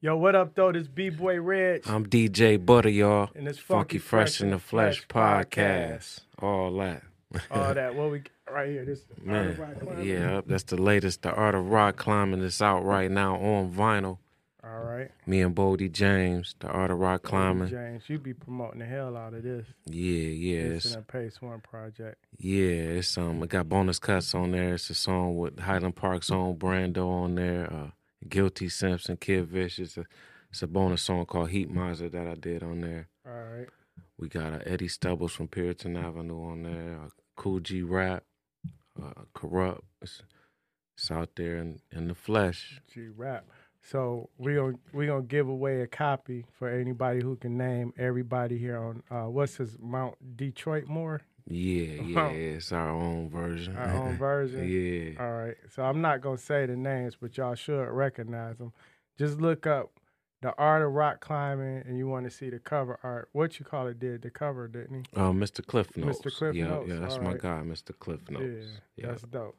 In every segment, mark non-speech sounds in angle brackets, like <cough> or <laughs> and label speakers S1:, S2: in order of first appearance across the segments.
S1: Yo, what up, though? This B Boy Reg.
S2: I'm DJ Butter, y'all.
S1: And it's
S2: Funky Fresh in the Flesh podcast. All that. <laughs>
S1: All that. What we right here. This
S2: Man,
S1: Art of Rock Climbing.
S2: yeah, that's the latest. The Art of Rock Climbing is out right now on vinyl.
S1: All right.
S2: Me and Bodie James, The Art of Rock Climbing.
S1: James, you be promoting the hell out of this.
S2: Yeah, yeah,
S1: This
S2: it's,
S1: in a Pace One project.
S2: yeah. It's um, it got bonus cuts on there. It's a song with Highland Park's own Brando on there. Uh, Guilty Simpson, Kid Vicious. It's a, it's a bonus song called Heat Miser that I did on there.
S1: All right.
S2: We got uh, Eddie Stubbles from Puritan Avenue on there, uh, Cool G Rap, uh, Corrupt. It's, it's out there in, in the flesh.
S1: G rap. So we gonna we gonna give away a copy for anybody who can name everybody here on uh, what's his Mount Detroit Moore,
S2: Yeah,
S1: <laughs>
S2: yeah,
S1: Wow.
S2: it's our own version.
S1: our own
S2: <laughs>
S1: version.
S2: yeah,
S1: All right. So I'm not going to say the names, but y'all should recognize them. Just look up the art of rock climbing and you want to see the cover art. What you call it did the cover, didn't
S2: uh, Mr. Cliff Notes.
S1: Cliff
S2: yeah,
S1: Notes,
S2: yeah, that's
S1: all
S2: my
S1: right.
S2: guy, Mr. Cliff
S1: he?
S2: Notes.
S1: Yeah.
S2: yep,
S1: That's dope.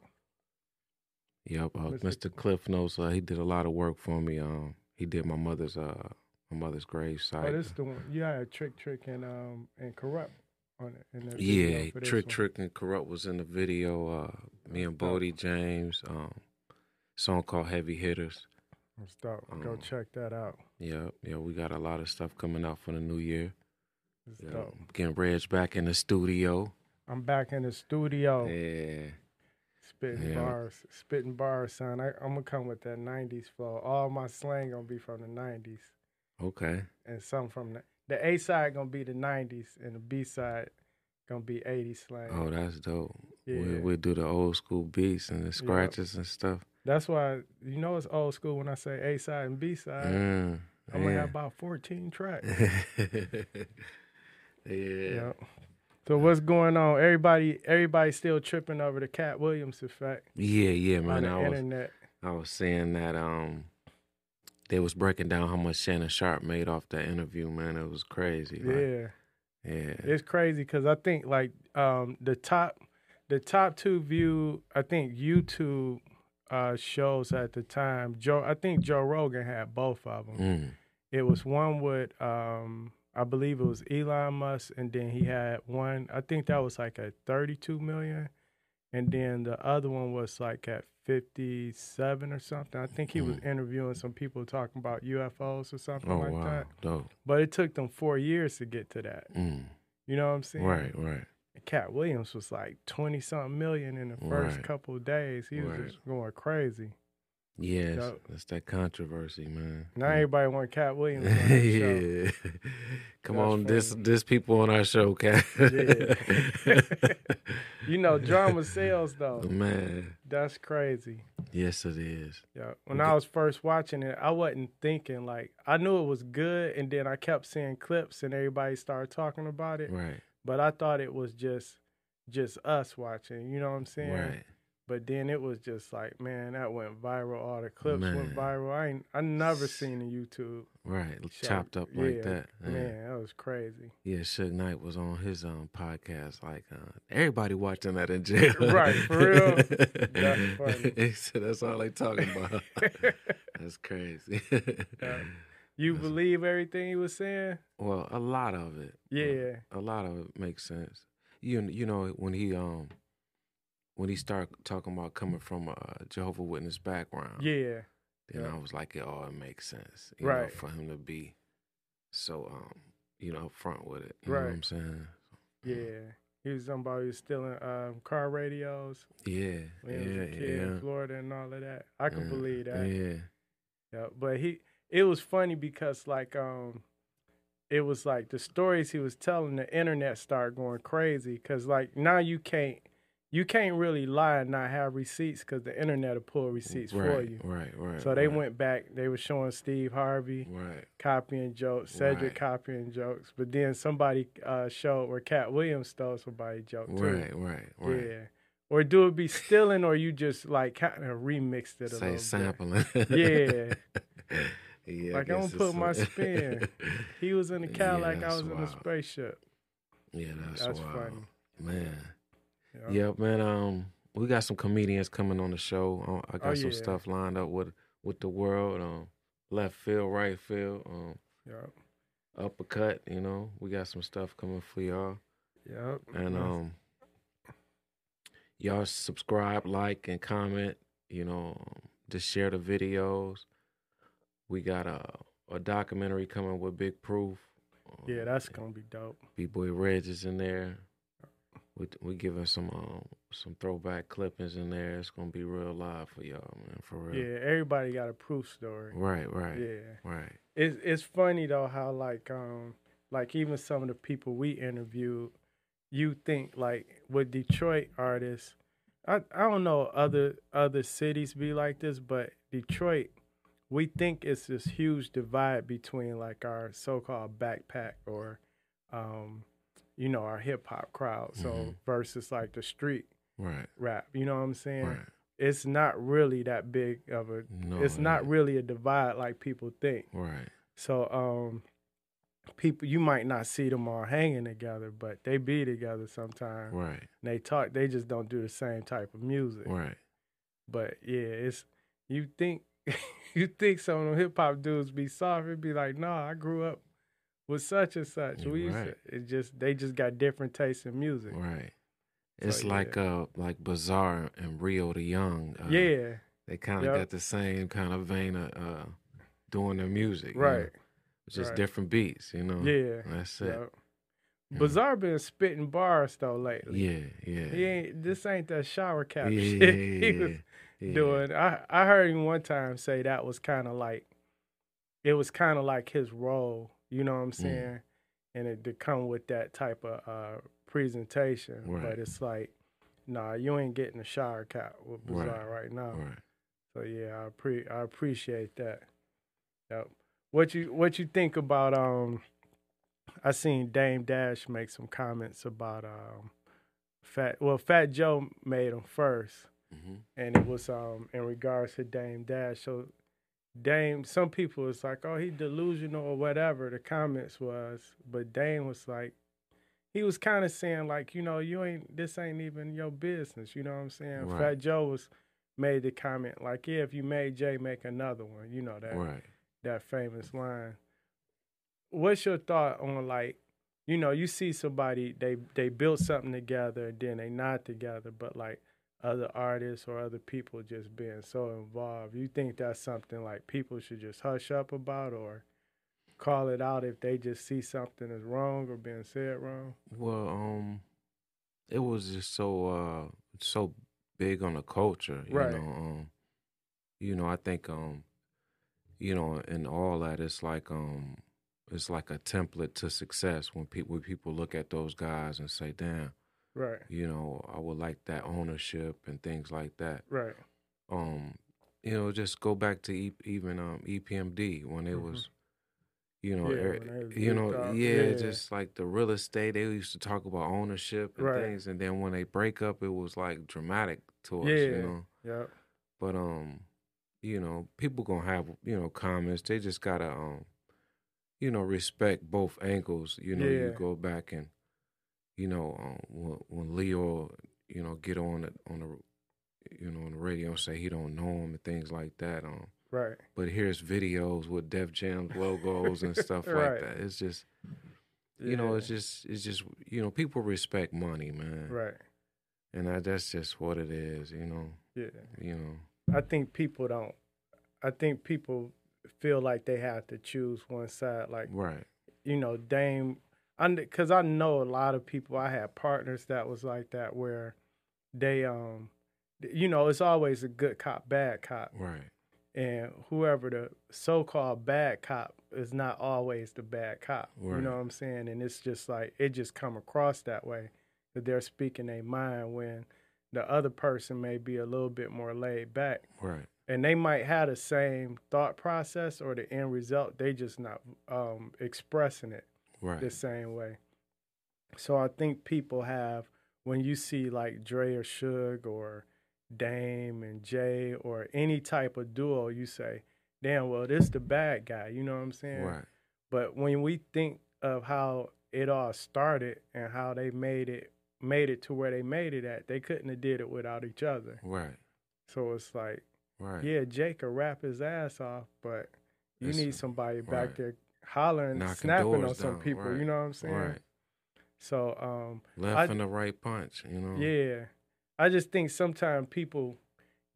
S2: yep. Uh, Mr.
S1: Mr.
S2: Cliff Notes. Uh, he did a lot of work for me. Um, he did my mother's uh, my mother's
S1: oh,
S2: gravesite.
S1: this the one. You had Trick Trick and um and Corrupt on it. In the video
S2: Yeah,
S1: for this
S2: Trick
S1: one.
S2: Trick and Corrupt was in the video. Uh, me and
S1: Dope.
S2: Bodie James, um, song called Heavy Hitters.
S1: That's dope. Go
S2: Um,
S1: check that out.
S2: Yeah, yeah, we got a lot of stuff coming out for the new year.
S1: It's
S2: Yeah,
S1: dope.
S2: getting Reg back in the studio.
S1: I'm back in the studio
S2: Yeah,
S1: spitting
S2: yeah.
S1: bars, spitting bars, son. I, I'm gonna come with that '90s flow. All my slang gonna be from the '90s.
S2: okay.
S1: and some from the, the A side gonna be the '90s, and the B side gonna be '80s slang.
S2: Oh, that's dope.
S1: yeah,
S2: We we do the old school beats and the scratches and stuff.
S1: that's why you know it's old school when I say A side and B side.
S2: Mm,
S1: I only got
S2: yeah.
S1: about 14 tracks.
S2: <laughs> yeah,
S1: Yep. So what's going on? Everybody, everybody still tripping over the Cat Williams effect
S2: yeah, yeah,
S1: on
S2: man.
S1: the
S2: I was
S1: internet.
S2: I was saying that um they was breaking down how much Shannon Sharp made off that interview, man. It was crazy. Like,
S1: Yeah,
S2: yeah.
S1: it's crazy because I think like um, the top, the top two view. I think YouTube uh, shows at the time. Joe, I think Joe Rogan had both of them.
S2: Mm.
S1: It was one with um I believe it was Elon Musk and then he had one I think that was like at 32 million and then the other one was like at 57 or something. I think he was
S2: Mhm.
S1: interviewing some people talking about UFOs or something
S2: Oh
S1: like
S2: wow.
S1: that.
S2: Dope.
S1: But it took them 4 years to get to that.
S2: Mm.
S1: You know what I'm saying?
S2: Right, right.
S1: Cat Williams was like 20 something million in the first
S2: Right.
S1: couple of days. He was
S2: Right.
S1: just going crazy.
S2: Yes.
S1: Dope.
S2: That's that controversy, man.
S1: Now
S2: Mm.
S1: everybody want Cat
S2: <laughs>
S1: Williams on their show.
S2: yeah. Come
S1: That's
S2: on, this
S1: funny.
S2: this people on our show, cat.
S1: <laughs> You
S2: <laughs>
S1: know, drama sells though.
S2: Man.
S1: That's crazy.
S2: Yes it is.
S1: Yeah. When I was first watching it, I wasn't thinking like I knew it was good and then I kept seeing clips and everybody started talking about it.
S2: Right.
S1: But I thought it was just just us watching, you know what I'm saying?
S2: Right.
S1: But then it was just like, man, that went viral. All the clips
S2: Man.
S1: went viral. I ain't, I never seen a YouTube.
S2: Right.
S1: show.
S2: Chopped up like
S1: Yeah,
S2: that. Yeah.
S1: Man, that was crazy.
S2: Yeah, Suge Knight was on his um podcast. Like uh, everybody watching that in jail,
S1: <laughs> Right, for real? That's funny.
S2: <laughs> he said that's all they talking about. <laughs> that's crazy.
S1: <laughs> Yeah. <laughs> You
S2: That's-
S1: believe everything he was saying?
S2: <laughs> Well, a lot of it.
S1: Yeah.
S2: a lot of it makes sense. You you know when he um when he started talking about coming from a Jehovah Witness background,
S1: Yeah.
S2: then
S1: yeah.
S2: I was like, it all makes sense, you know,
S1: Right.
S2: for him to be so um you know upfront with it. You know what
S1: Right.
S2: I'm saying?
S1: Yeah. He was somebody who was stealing um, car radios
S2: Yeah,
S1: when he was a
S2: yeah,
S1: kid
S2: yeah.
S1: in Florida and all of that. I can
S2: Yeah,
S1: believe that. Yeah.
S2: Yeah.
S1: But he it was funny because like um it was like the stories he was telling the internet started going crazy because like now you can't you can't really lie and not have receipts because the internet will pull receipts
S2: right,
S1: for you.
S2: Right, right.
S1: So they
S2: right,
S1: went back, they were showing Steve Harvey
S2: Right.
S1: copying jokes, Cedric
S2: Right.
S1: copying jokes, but then somebody uh, showed where Cat Williams stole somebody's joke too.
S2: Right, right, right.
S1: Yeah. Or do it be stealing, or you just like kind of remixed it a
S2: Say
S1: little <laughs>
S2: sampling.
S1: bit?
S2: Yeah. yeah.
S1: Like, I'm gonna put my spin. Yeah. He was in the
S2: Yeah,
S1: Cadillac, I
S2: that's
S1: was in the
S2: wild.
S1: spaceship.
S2: <laughs> yeah, that's,
S1: That's,
S2: wild.
S1: funny.
S2: Man.
S1: Yeah.
S2: Yep, man. Um, we got some comedians coming on the show. Uh, I got
S1: Oh,
S2: some
S1: yeah.
S2: stuff lined up with with the world. Um, left field, right field, um,
S1: Yep.
S2: uppercut. You know, we got some stuff coming for y'all.
S1: Yep.
S2: And um, y'all subscribe, like, and comment. You know, um, just share the videos. We got a a documentary coming with Big Proof. Um,
S1: yeah, that's gonna be dope.
S2: B Boy Reg is in there. We we giving some um some throwback clippings in there. It's gonna be real live for y'all, man, for real.
S1: Yeah, everybody got a proof story.
S2: Right, right,
S1: Yeah.
S2: right.
S1: it's it's funny though how like um like even some of the people we interviewed, you think like with Detroit artists, I I don't know other other cities be like this, but Detroit, we think it's this huge divide between like our so called backpack or, um, you know our hip hop crowd, so
S2: Mhm.
S1: versus like the street
S2: Right,
S1: rap. You know what I'm saying?
S2: right.
S1: It's not really that big of a.
S2: No,
S1: it's not
S2: ain't.
S1: really a divide like people think.
S2: right.
S1: So um people you might not see them all hanging together, but they be together sometimes.
S2: Right,
S1: And they talk, they just don't do the same type of music.
S2: right.
S1: But yeah, it's you think <laughs> you think some of them hip hop dudes be soft, it'd be like, nah, I grew up with such and such.
S2: You
S1: We used
S2: right.
S1: to it just they just got different tastes in music.
S2: Right. It's
S1: yeah.
S2: like uh like Bazaar and Rio the Young. Uh,
S1: Yeah,
S2: They kind of
S1: Yep.
S2: got the same kind of vein of uh doing their music. you know?
S1: right.
S2: It's just
S1: right.
S2: different beats, you know.
S1: Yeah.
S2: Uh-huh. That's it.
S1: Yep.
S2: Yeah.
S1: Bizarre been spitting bars though lately.
S2: Yeah, yeah.
S1: He ain't this ain't that shower
S2: yeah,
S1: cap
S2: yeah,
S1: <laughs> shit. he was
S2: yeah.
S1: doing. I I heard him one time say that was kind of like, it was kind of like his role. You know what I'm
S2: Mm.
S1: saying? And it to come with that type of uh, presentation,
S2: Right.
S1: but it's like, nah, you ain't getting a shower cap with
S2: Right.
S1: Bizarre right, now.
S2: Right.
S1: So yeah, I pre I appreciate that. Yep. What you what you think about um? I seen Dame Dash make some comments about um, Fat. Well, Fat Joe made them first
S2: hmm
S1: and it was um in regards to Dame Dash. So Dame, some people was like, "Oh, he delusional or whatever." The comments was, but Dame was like, he was kind of saying like, you know, you ain't this ain't even your business. You know what I'm saying?
S2: Right.
S1: Fat Joe was made the comment like, "Yeah, if you made Jay, make another one." You know that
S2: Right.
S1: that famous line. What's your thought on like, you know, you see somebody they they built something together and then they not together, but like other artists or other people just being so involved. You think that's something like people should just hush up about or call it out if they just see something is wrong or being said wrong?
S2: Well, um, it was just so uh so big on the culture, you
S1: Right.
S2: know. Um, you know, I think um, you know, in all that, it's like um, it's like a template to success when people when people look at those guys and say, "Damn,
S1: Right.
S2: you know, I would like that ownership and things like that."
S1: Right.
S2: um you know just go back to e- even um EPMD when it
S1: Mhm.
S2: was you know
S1: Yeah,
S2: er-
S1: when it was
S2: you
S1: big
S2: know
S1: dog-
S2: yeah,
S1: yeah.
S2: just like the real estate they used to talk about ownership and
S1: Right.
S2: things and then when they break up it was like dramatic to us
S1: Yeah.
S2: you know
S1: Yep.
S2: but um you know people going to have you know comments they just got to um you know respect both angles you know you
S1: Yeah.
S2: go back and you know um, when, when Leo you know get on it on the you know on the radio and say he don't know him and things like that um
S1: Right.
S2: but here's videos with Def Jam logos and stuff
S1: Right.
S2: like that it's just you know it's just it's just you know people respect money man
S1: right.
S2: and I, that's just what it is you know
S1: Yeah.
S2: you know
S1: I think people don't. I think people feel like they have to choose one side. Like
S2: right
S1: you know, Dame. Because I know a lot of people. I had partners that was like that, where they um, you know, it's always a good cop, bad cop,
S2: right
S1: and whoever the so-called bad cop is not always the bad cop. You
S2: Right.
S1: know what I'm saying? And it's just like it just come across that way that they're speaking their mind when the other person may be a little bit more laid back
S2: right
S1: and they might have the same thought process or the end result they just not um, expressing it
S2: right
S1: the same way so i think people have when you see like dre or Suge or dame and jay or any type of duo you say damn well this the bad guy you know what i'm saying
S2: Right,
S1: but when we think of how it all started and how they made it made it to where they made it at they couldn't have did it without each other
S2: right,
S1: so it's like
S2: right.
S1: yeah, Jake could rap his ass off, but You
S2: That's-
S1: need somebody back
S2: right.
S1: there hollering,
S2: Knocking
S1: snapping on
S2: doors
S1: some
S2: down,
S1: people.
S2: right,
S1: You know what I'm saying?
S2: Right.
S1: So um,
S2: Left
S1: I-
S2: and the right punch, you know?
S1: Yeah. I just think sometimes people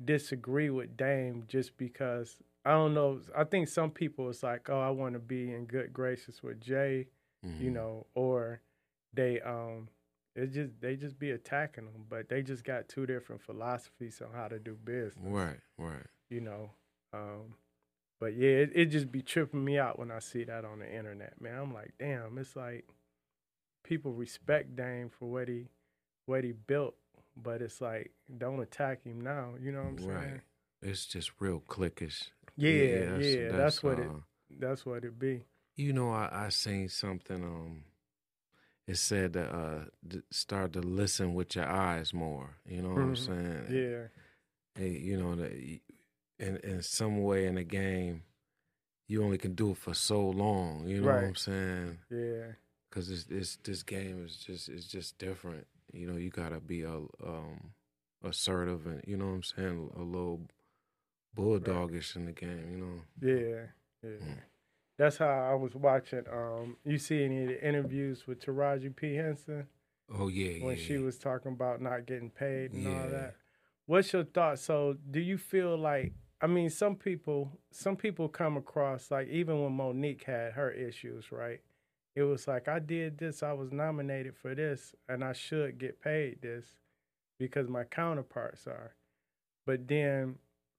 S1: disagree with Dame just because I don't know. I think some people it's like, oh, I want to be in good graces with Jay, you
S2: Mhm.
S1: know, or they um it just they just be attacking them, but they just got two different philosophies on how to do business,
S2: Right, right.
S1: you know. Um but yeah, it, it just be tripping me out when I see that on the internet, man. I'm like, damn, it's like people respect Dame for what he what he built, but it's like don't attack him now. You know what I'm saying?
S2: Right. It's just real cliquish.
S1: Yeah, yeah, that's, um, what it
S2: uh,
S1: that's what it be.
S2: You know, I, I seen something. Um, it said to uh, d- start to listen with your eyes more. You know what I'm
S1: Mhm.
S2: saying?
S1: Yeah,
S2: Hey, you know, the, y- in in some way in the game, you only can do it for so long. You know what I'm
S1: Right.
S2: saying?
S1: yeah,
S2: Because this this this game is just is just different. You know, you gotta be a um assertive and you know what I'm saying a little bulldogish in the game. You know.
S1: yeah, yeah.
S2: Mm.
S1: That's how I was watching. Um, you see any of the interviews with Taraji P Henson
S2: Oh yeah,
S1: when
S2: yeah.
S1: she was talking about not getting paid and
S2: Yeah.
S1: all that? What's your thoughts? So, do you feel like I mean, some people, some people come across like even when Monique had her issues, right? It was like I did this, I was nominated for this, and I should get paid this because my counterparts are. But then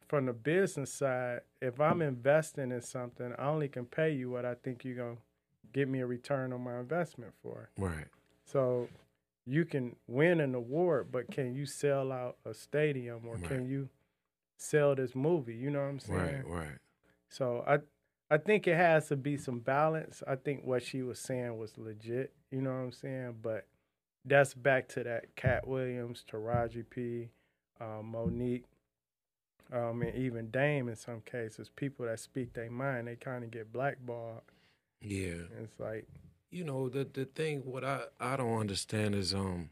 S1: from the business side, if I'm investing in something, I only can pay you what I think you're going to give me a return on my investment for.
S2: right.
S1: So you can win an award, but can you sell out a stadium or
S2: Right.
S1: can you sell this movie? You know what I'm saying?
S2: Right, right.
S1: So I I think it has to be some balance. I think what she was saying was legit, you know what I'm saying? But that's back to that Cat Williams, Taraji P, uh, Monique, um, and even Dame in some cases. People that speak their mind, they kind of get blackballed.
S2: Yeah.
S1: And It's like,
S2: You know, the the thing what I I don't understand is um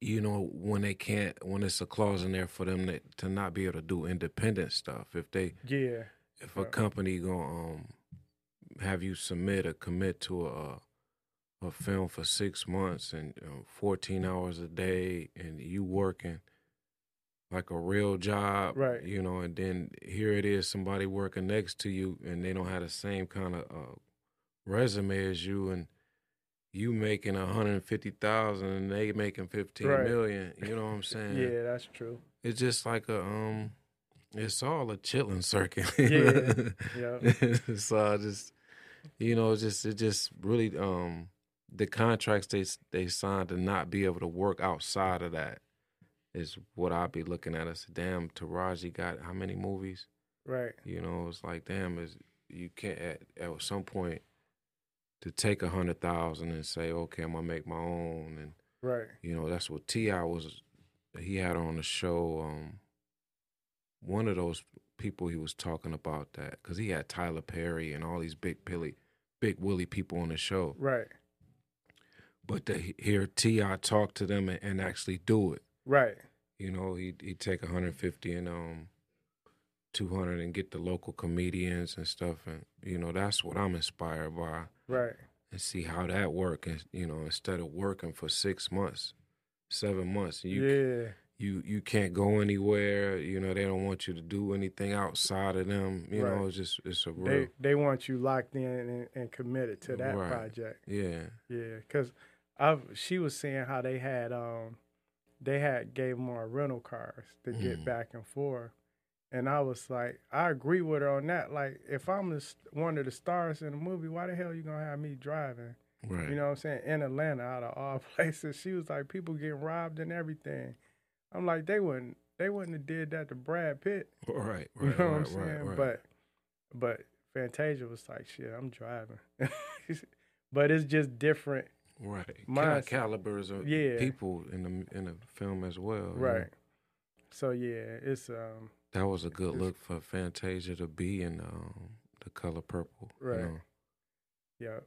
S2: you know when they can't when it's a clause in there for them to, to not be able to do independent stuff if they
S1: yeah,
S2: if a
S1: Right.
S2: company going um have you submit or commit to a a film for 6 months and um, 14 hours a day and you working like a real job
S1: Right.
S2: you know and then here it is somebody working next to you and they don't have the same kind of uh, resume as you and you making 150,000 and they making fifteen million.
S1: Right.
S2: you know
S1: <laughs>
S2: what I'm saying
S1: yeah, that's true.
S2: it's just like a um it's all a chilling circuit <laughs>
S1: Yeah, Yeah,
S2: so I just you know it's just it just really um the contracts they they signed to not be able to work outside of that is what I'd be looking at. I said, damn, Taraji got how many movies?
S1: right.
S2: You know, it's like damn, is you can't at, at some point to take a hundred thousand and say, okay, I'm gonna make my own, and
S1: Right.
S2: you know that's what Ti was. He had on the show. Um, one of those people he was talking about that because he had Tyler Perry and all these big Billy, big Willie people on the show.
S1: Right.
S2: But to he- hear Ti talk to them and, and actually do it,
S1: Right.
S2: you know, he he take 150 and um, 200 and get the local comedians and stuff, and you know that's what I'm inspired by
S1: Right.
S2: and see how that work. And you know, instead of working for six months, seven months, you
S1: yeah.
S2: you you can't go anywhere. You know, they don't want you to do anything outside of them. You
S1: Right.
S2: know, it's just it's a real
S1: They they want you locked in and, and committed to that
S2: Right.
S1: project.
S2: yeah.
S1: Yeah, because I she was saying how they had um they had gave more rental cars to get
S2: Mhm.
S1: back and forth, and I was like, I agree with her on that. Like, if I'm the, st- one of the stars in the movie, why the hell you gonna have me driving?
S2: Right.
S1: You know what I'm saying? In Atlanta, out of all <laughs> places, she was like, people getting robbed and everything. I'm like, they wouldn't they wouldn't have did that to Brad Pitt.
S2: <laughs> right. Right.
S1: <laughs> You know what I'm
S2: right,
S1: saying?
S2: right, right.
S1: But but Fantasia was like, shit, I'm driving. <laughs> but it's just different.
S2: right.
S1: my-
S2: Kind calibers of
S1: Yeah.
S2: people in the in the film as well. you know?
S1: Right. So yeah, it's um
S2: That was a good
S1: It's-
S2: look for Fantasia to be in um, the color purple. you
S1: Right.
S2: know.
S1: yeah.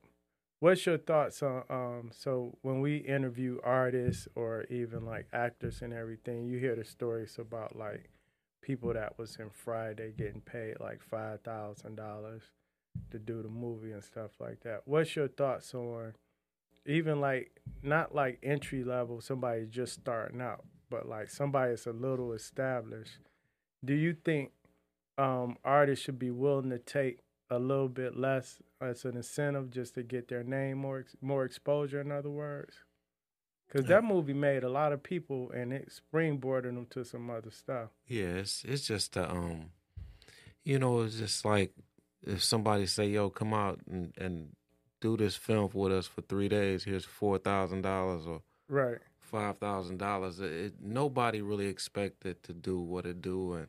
S1: What's your thoughts on um so when we interview artists or even like actors and everything, you hear the stories about like people that was in Friday getting paid like five thousand dollars to do the movie and stuff like that. What's your thoughts on even like not like entry level, somebody just starting out, but like somebody that's a little established? Do you think um, artists should be willing to take a little bit less as an incentive just to get their name more ex- more exposure? In other words, because that movie made a lot of people and it springboarded them to some other stuff.
S2: Yeah, it's it's just the um, you know, it's just like if somebody say, "Yo, come out and, and do this film with us for three days. Here's four thousand dollars or
S1: Right.
S2: five thousand dollars." Nobody really expected to do what it do, and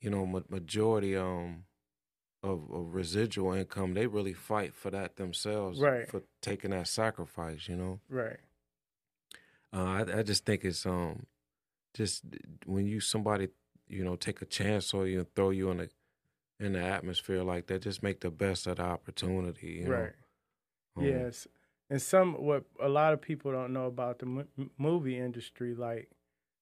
S2: you know, ma- majority um of, of residual income, they really fight for that themselves,
S1: Right.
S2: For taking that sacrifice, you know.
S1: Right.
S2: Uh, I, I just think it's um, just when you somebody you know take a chance on you and throw you in the in the atmosphere like that, just make the best of the opportunity. You know?
S1: Right.
S2: Um,
S1: Yes. And some what a lot of people don't know about the mo- movie industry, like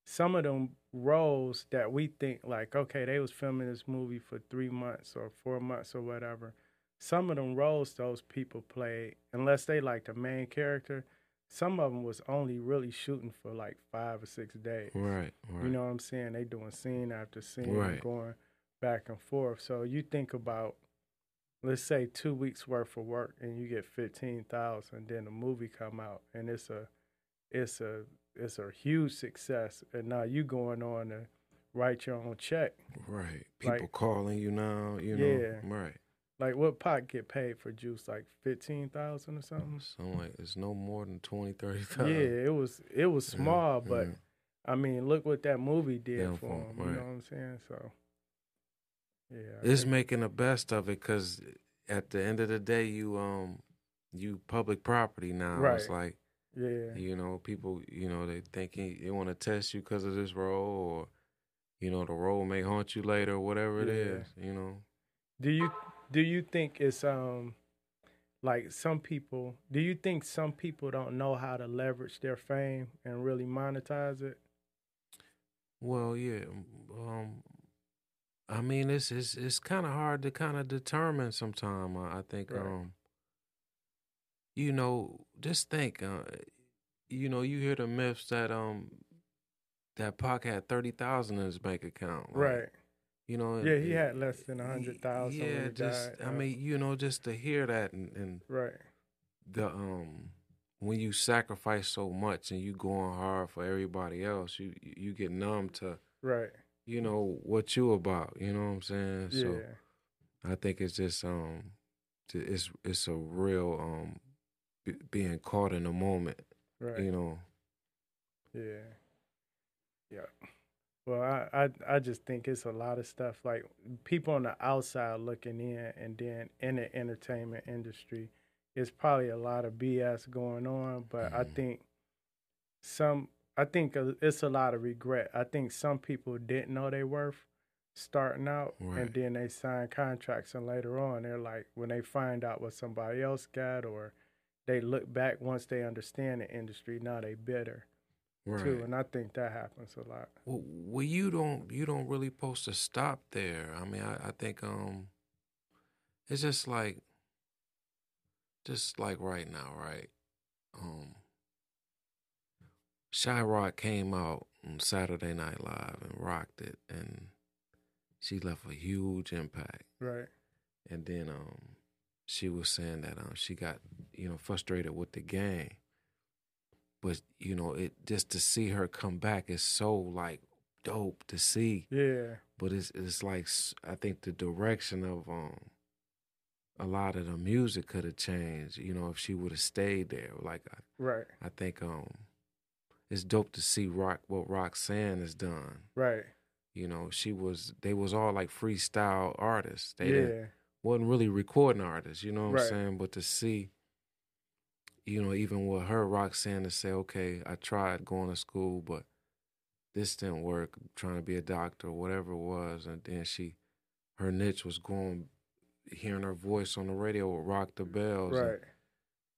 S1: some of them roles that we think like, okay, they was filming this movie for three months or four months or whatever. Some of them roles those people played, unless they like the main character, some of them was only really shooting for like five or six days.
S2: Um, Right. Right.
S1: You know what I'm saying? They doing scene after scene,
S2: Right.
S1: going back and forth. So you think about, let's say, two weeks worth of work, and you get fifteen thousand. Then the movie come out, and it's a, it's a, it's a huge success. And now you going on to write your own check.
S2: right. People
S1: like-
S2: calling you now. You know.
S1: Yeah.
S2: Right.
S1: Like what pot get paid for juice? Like fifteen thousand or something.
S2: So I'm like, it's no more than twenty, thirty
S1: Yeah,
S2: thousand.
S1: it was it was
S2: Yeah,
S1: small, but
S2: yeah.
S1: I mean, look what that movie did
S2: Yeah,
S1: for
S2: for-
S1: him. You
S2: right.
S1: know what I'm saying? So, yeah, I
S2: It's
S1: think-
S2: making the best of it because at the end of the day, you um, you public property now. It's
S1: Right.
S2: like.
S1: yeah.
S2: You know, people, you know, they thinking they want to test you because of this role, or you know, the role may haunt you later, or whatever it
S1: Yeah.
S2: is. You know,
S1: Do you do you think it's um like some people do you think some people don't know how to leverage their fame and really monetize it?
S2: well, yeah. Um, I mean, it's it's it's kind of hard to kind of determine sometime. I, I think,
S1: Right.
S2: um, you know, just think, uh, you know, you hear the myths that um that Pac had thirty thousand in his bank account, like,
S1: Right.
S2: You know,
S1: Yeah, he
S2: it-
S1: had less than a hundred thousand. when
S2: Yeah,
S1: he
S2: just
S1: died.
S2: I
S1: Uh,
S2: mean, you know, just to hear that and, and
S1: Right.
S2: the um when you sacrifice so much and you going hard for everybody else, you you get numb to
S1: Right.
S2: you know what you about. You know what I'm saying?
S1: Yeah.
S2: So I think it's just um t- it's it's a real um b- being caught in the moment.
S1: Right.
S2: You know.
S1: Yeah. Yeah. Well, I, I I just think it's a lot of stuff like people on the outside looking in and then in the entertainment industry, it's probably a lot of BS going on, but I
S2: Mhm.
S1: think some I think a- it's a lot of regret. I think some people didn't know their worth starting out
S2: Right.
S1: and then they sign contracts and later on they're like when they find out what somebody else got or they look back once they understand the industry, now they bitter
S2: Right.
S1: too, and I think that happens a lot.
S2: Well, well, you don't you don't really supposed to stop there. I mean, I, I think um, it's just like, just like right now, right? Um, Shy Rock came out on Saturday Night Live and rocked it, and she left a huge impact.
S1: Right,
S2: And then um, she was saying that um, she got you know frustrated with the game, but you know it just to see her come back is so like dope to see.
S1: yeah,
S2: But it's it's like s- I think the direction of um a lot of the music could have changed. You know if she would have stayed there, like I,
S1: right,
S2: I think um it's dope to see rock what Roxanne has done.
S1: right,
S2: You know she was they was all like freestyle artists. They didn't
S1: yeah,
S2: wasn't really recording artists, you know what
S1: Right.
S2: I'm saying? But to see, you know, even with her, Roxanne to say, okay, I tried going to school, but this didn't work, trying to be a doctor, whatever it was. And then she, her niche was going, hearing her voice on the radio would rock the bells. and
S1: right,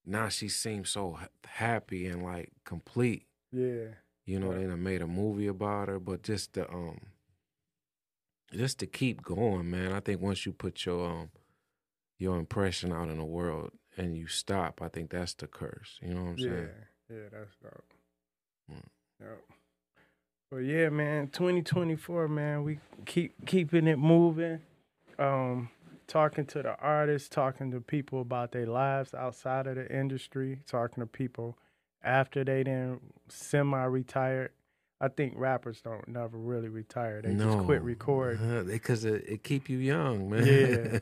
S2: Now she seems so ha- happy and like complete.
S1: yeah,
S2: You know,
S1: Right.
S2: they done made a movie about her, but just the, um, just to keep going, man. I think once you put your um your impression out in the world and you stop, I think that's the curse. You know what I'm
S1: yeah,
S2: saying?
S1: yeah, that's dope.
S2: Mm.
S1: Yep. Well, yeah, man. 2024, man. We keep keeping it moving. Um, talking to the artists, talking to people about their lives outside of the industry, talking to people after they then semi-retired. I think rappers don't never really retire. They just quit
S2: <laughs>
S1: recording.
S2: because it, it keep you young, man.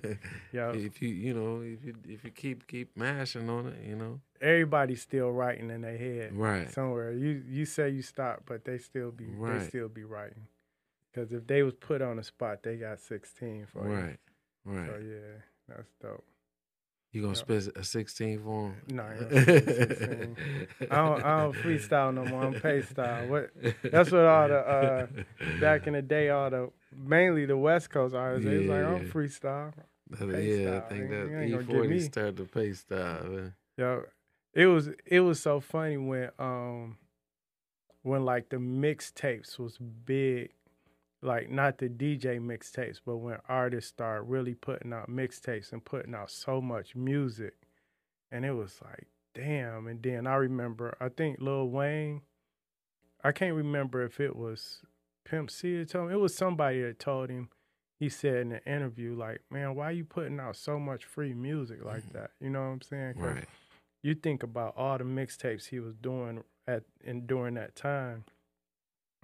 S2: <laughs>
S1: Yeah. Yeah.
S2: if you you know if you if you keep keep mashing on it, you know.
S1: Everybody's still writing in their head.
S2: Right.
S1: somewhere. You you say you stop, but they still be they
S2: Right.
S1: still be writing. Because if they was put on the spot, they got sixteen for you.
S2: Right. Right.
S1: So yeah, that's dope.
S2: You gonna
S1: Yeah.
S2: spit a sixteen for him?
S1: No, I
S2: <laughs>
S1: ain't gonna spit a 16. I don't- I don't freestyle no more. I'm pay style. What- that's what all the, uh, Back in the day, all the mainly the West Coast artists, they was like,
S2: Yeah.
S1: "I'm freestyle." pay
S2: yeah,
S1: style,
S2: I think
S1: nigga. You
S2: that
S1: ain't
S2: E
S1: gonna get me.
S2: forty started the pay style. Man.
S1: Yo, it was it was so funny when um when like the mixtapes was big, like not the DJ mixtapes, but when artists started really putting out mixtapes and putting out so much music, and it was like damn. And then I remember I think Lil Wayne, I can't remember if it was Pimp C that told him it was somebody that told him. He said in an interview, like, man, why you putting out so much free music like
S2: Mhm.
S1: that? You know what I'm saying? 'Cause
S2: Right.
S1: you think about all the mixtapes he was doing at and during that time.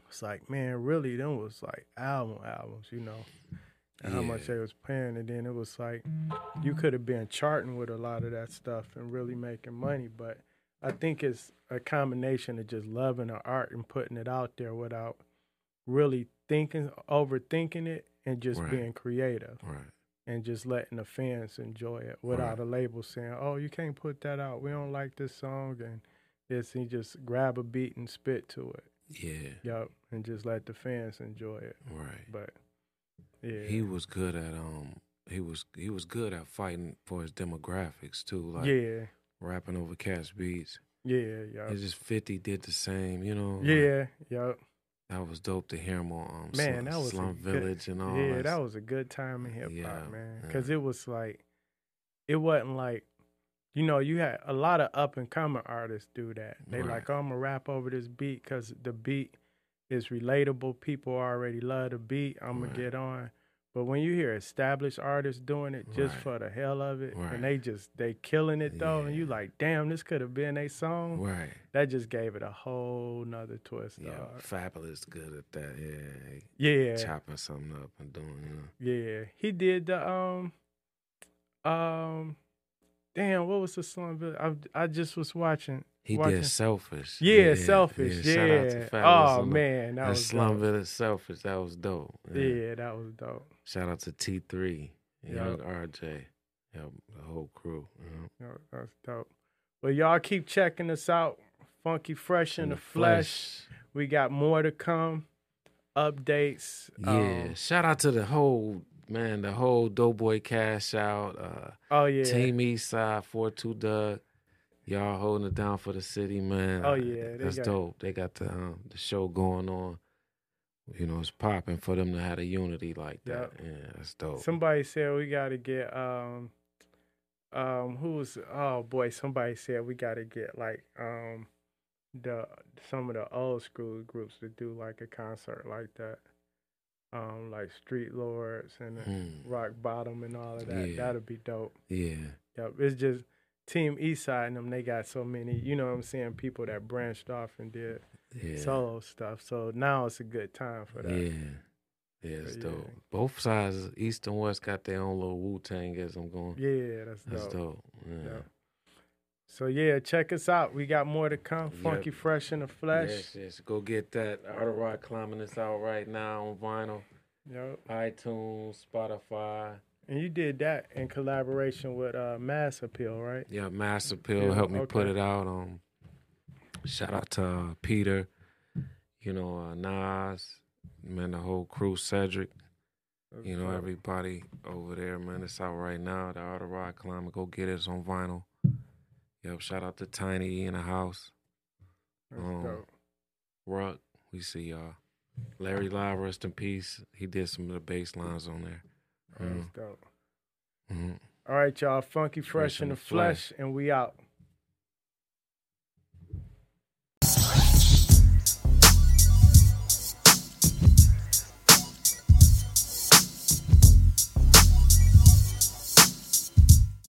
S1: It's like, man, really, them was like album albums, you know, and how much
S2: Yeah.
S1: they was paying. And then it was like, you could have been charting with a lot of that stuff and really making money. But I think it's a combination of just loving the art and putting it out there without really thinking, overthinking it, and just
S2: Right.
S1: being creative
S2: Right.
S1: and just letting the fans enjoy it without
S2: Right.
S1: a label saying, "Oh, you can't put that out. We don't like this song." And it's you just grab a beat and spit to it,
S2: Yeah.
S1: yep, and just let the fans enjoy it.
S2: Right.
S1: But yeah,
S2: He was good at um. He was he was good at fighting for his demographics too. Like
S1: yeah,
S2: rapping over cash beats.
S1: yeah, yep.
S2: It's just Fifty did the same. You know. like,
S1: yeah, yep.
S2: that was dope to hear him on um,
S1: Man,
S2: Slum,
S1: that was a
S2: Slum
S1: good-
S2: Village and all.
S1: yeah,
S2: that
S1: that was a good time in hip hop,
S2: Yeah,
S1: man.
S2: yeah.
S1: Because it was like, it wasn't like, you know, you had a lot of up and coming artists do that. They
S2: Right.
S1: like, I'm gonna rap over this beat because the beat is relatable. People already love the beat. I'm
S2: Right.
S1: gonna get on. But when you hear established artists doing it just
S2: Right.
S1: for the hell of it,
S2: Right.
S1: and they just they killing it though, and
S2: Yeah.
S1: you like, damn, this could have been a song.
S2: right.
S1: That just gave it a whole nother twist.
S2: Yeah,
S1: dog.
S2: fabulous good at that. Yeah, he
S1: uh, Yeah.
S2: chopping something up and doing. You know.
S1: Yeah, he did the um, um, damn, what was the slum village? I I just was watching.
S2: He
S1: Watching-
S2: did selfish.
S1: Yeah, selfish. Yeah.
S2: Shout out to Fabulous.
S1: oh
S2: on the-
S1: man, that
S2: That
S1: was
S2: Slum
S1: dope.
S2: Village selfish. That was dope.
S1: Yeah, that was dope.
S2: Shout out to T three,
S1: Yeah.
S2: Young RJ, yeah, the whole crew. You know.
S1: Yeah, That was dope. Well, y'all keep checking us out. Funky Fresh in the, flesh. We got more to come. Updates.
S2: Yeah.
S1: Um,
S2: Shout out to the whole man, the whole Doughboy Cash Out, uh,
S1: oh yeah.
S2: Team Eastside, Four Two Doug. Y'all holding it down for the city, man.
S1: Oh,
S2: Uh,
S1: yeah, they
S2: that's
S1: got-
S2: dope. They got the um, the show going on. You know, it's popping for them to have a unity like that. Yeah, that's dope.
S1: Somebody said we gotta get um um who was oh boy, somebody said we gotta get like um the some of the old school groups to do like a concert like that. Um like Street Lords and
S2: Hmm,
S1: Rock Bottom and all of that.
S2: Yeah.
S1: That'd be dope.
S2: yeah,
S1: Yep. It's just Team Eastside and them they got so many, you know what I'm saying, people that branched off and did
S2: yeah.
S1: solo stuff. So now it's a good time for that.
S2: Yeah. Yeah, it's
S1: Yeah.
S2: dope. Both sides, East and West, got their own little Wu Tang as I'm going.
S1: Yeah, that's
S2: That's
S1: dope.
S2: dope. Yeah.
S1: Yeah. So yeah, check us out. We got more to come.
S2: Yep.
S1: Funky Fresh in the Flesh.
S2: Yes, yes. Go get that Art of Rock climbing this out right now on vinyl,
S1: Yep.
S2: iTunes, Spotify.
S1: And you did that in collaboration with uh, Mass Appeal, right?
S2: Yeah, Mass Appeal
S1: Yeah,
S2: helped me put
S1: okay.
S2: it out. Um, shout out to uh, Peter, you know uh, Nas, man, the whole crew, Cedric, you know everybody over there, man. It's out right now. The Art of Rock Climb. Go get it. It's on vinyl. Yep. Shout out to Tiny E in the house.
S1: That's
S2: um,
S1: dope.
S2: Ruck, we see y'all. Larry Live, rest in peace. He did some of the bass lines on there. Mm-hmm.
S1: That's dope.
S2: hmm
S1: All right, y'all. Funky Fresh,
S2: Fresh
S1: in
S2: in
S1: the
S2: the flesh.
S1: flesh, and we out.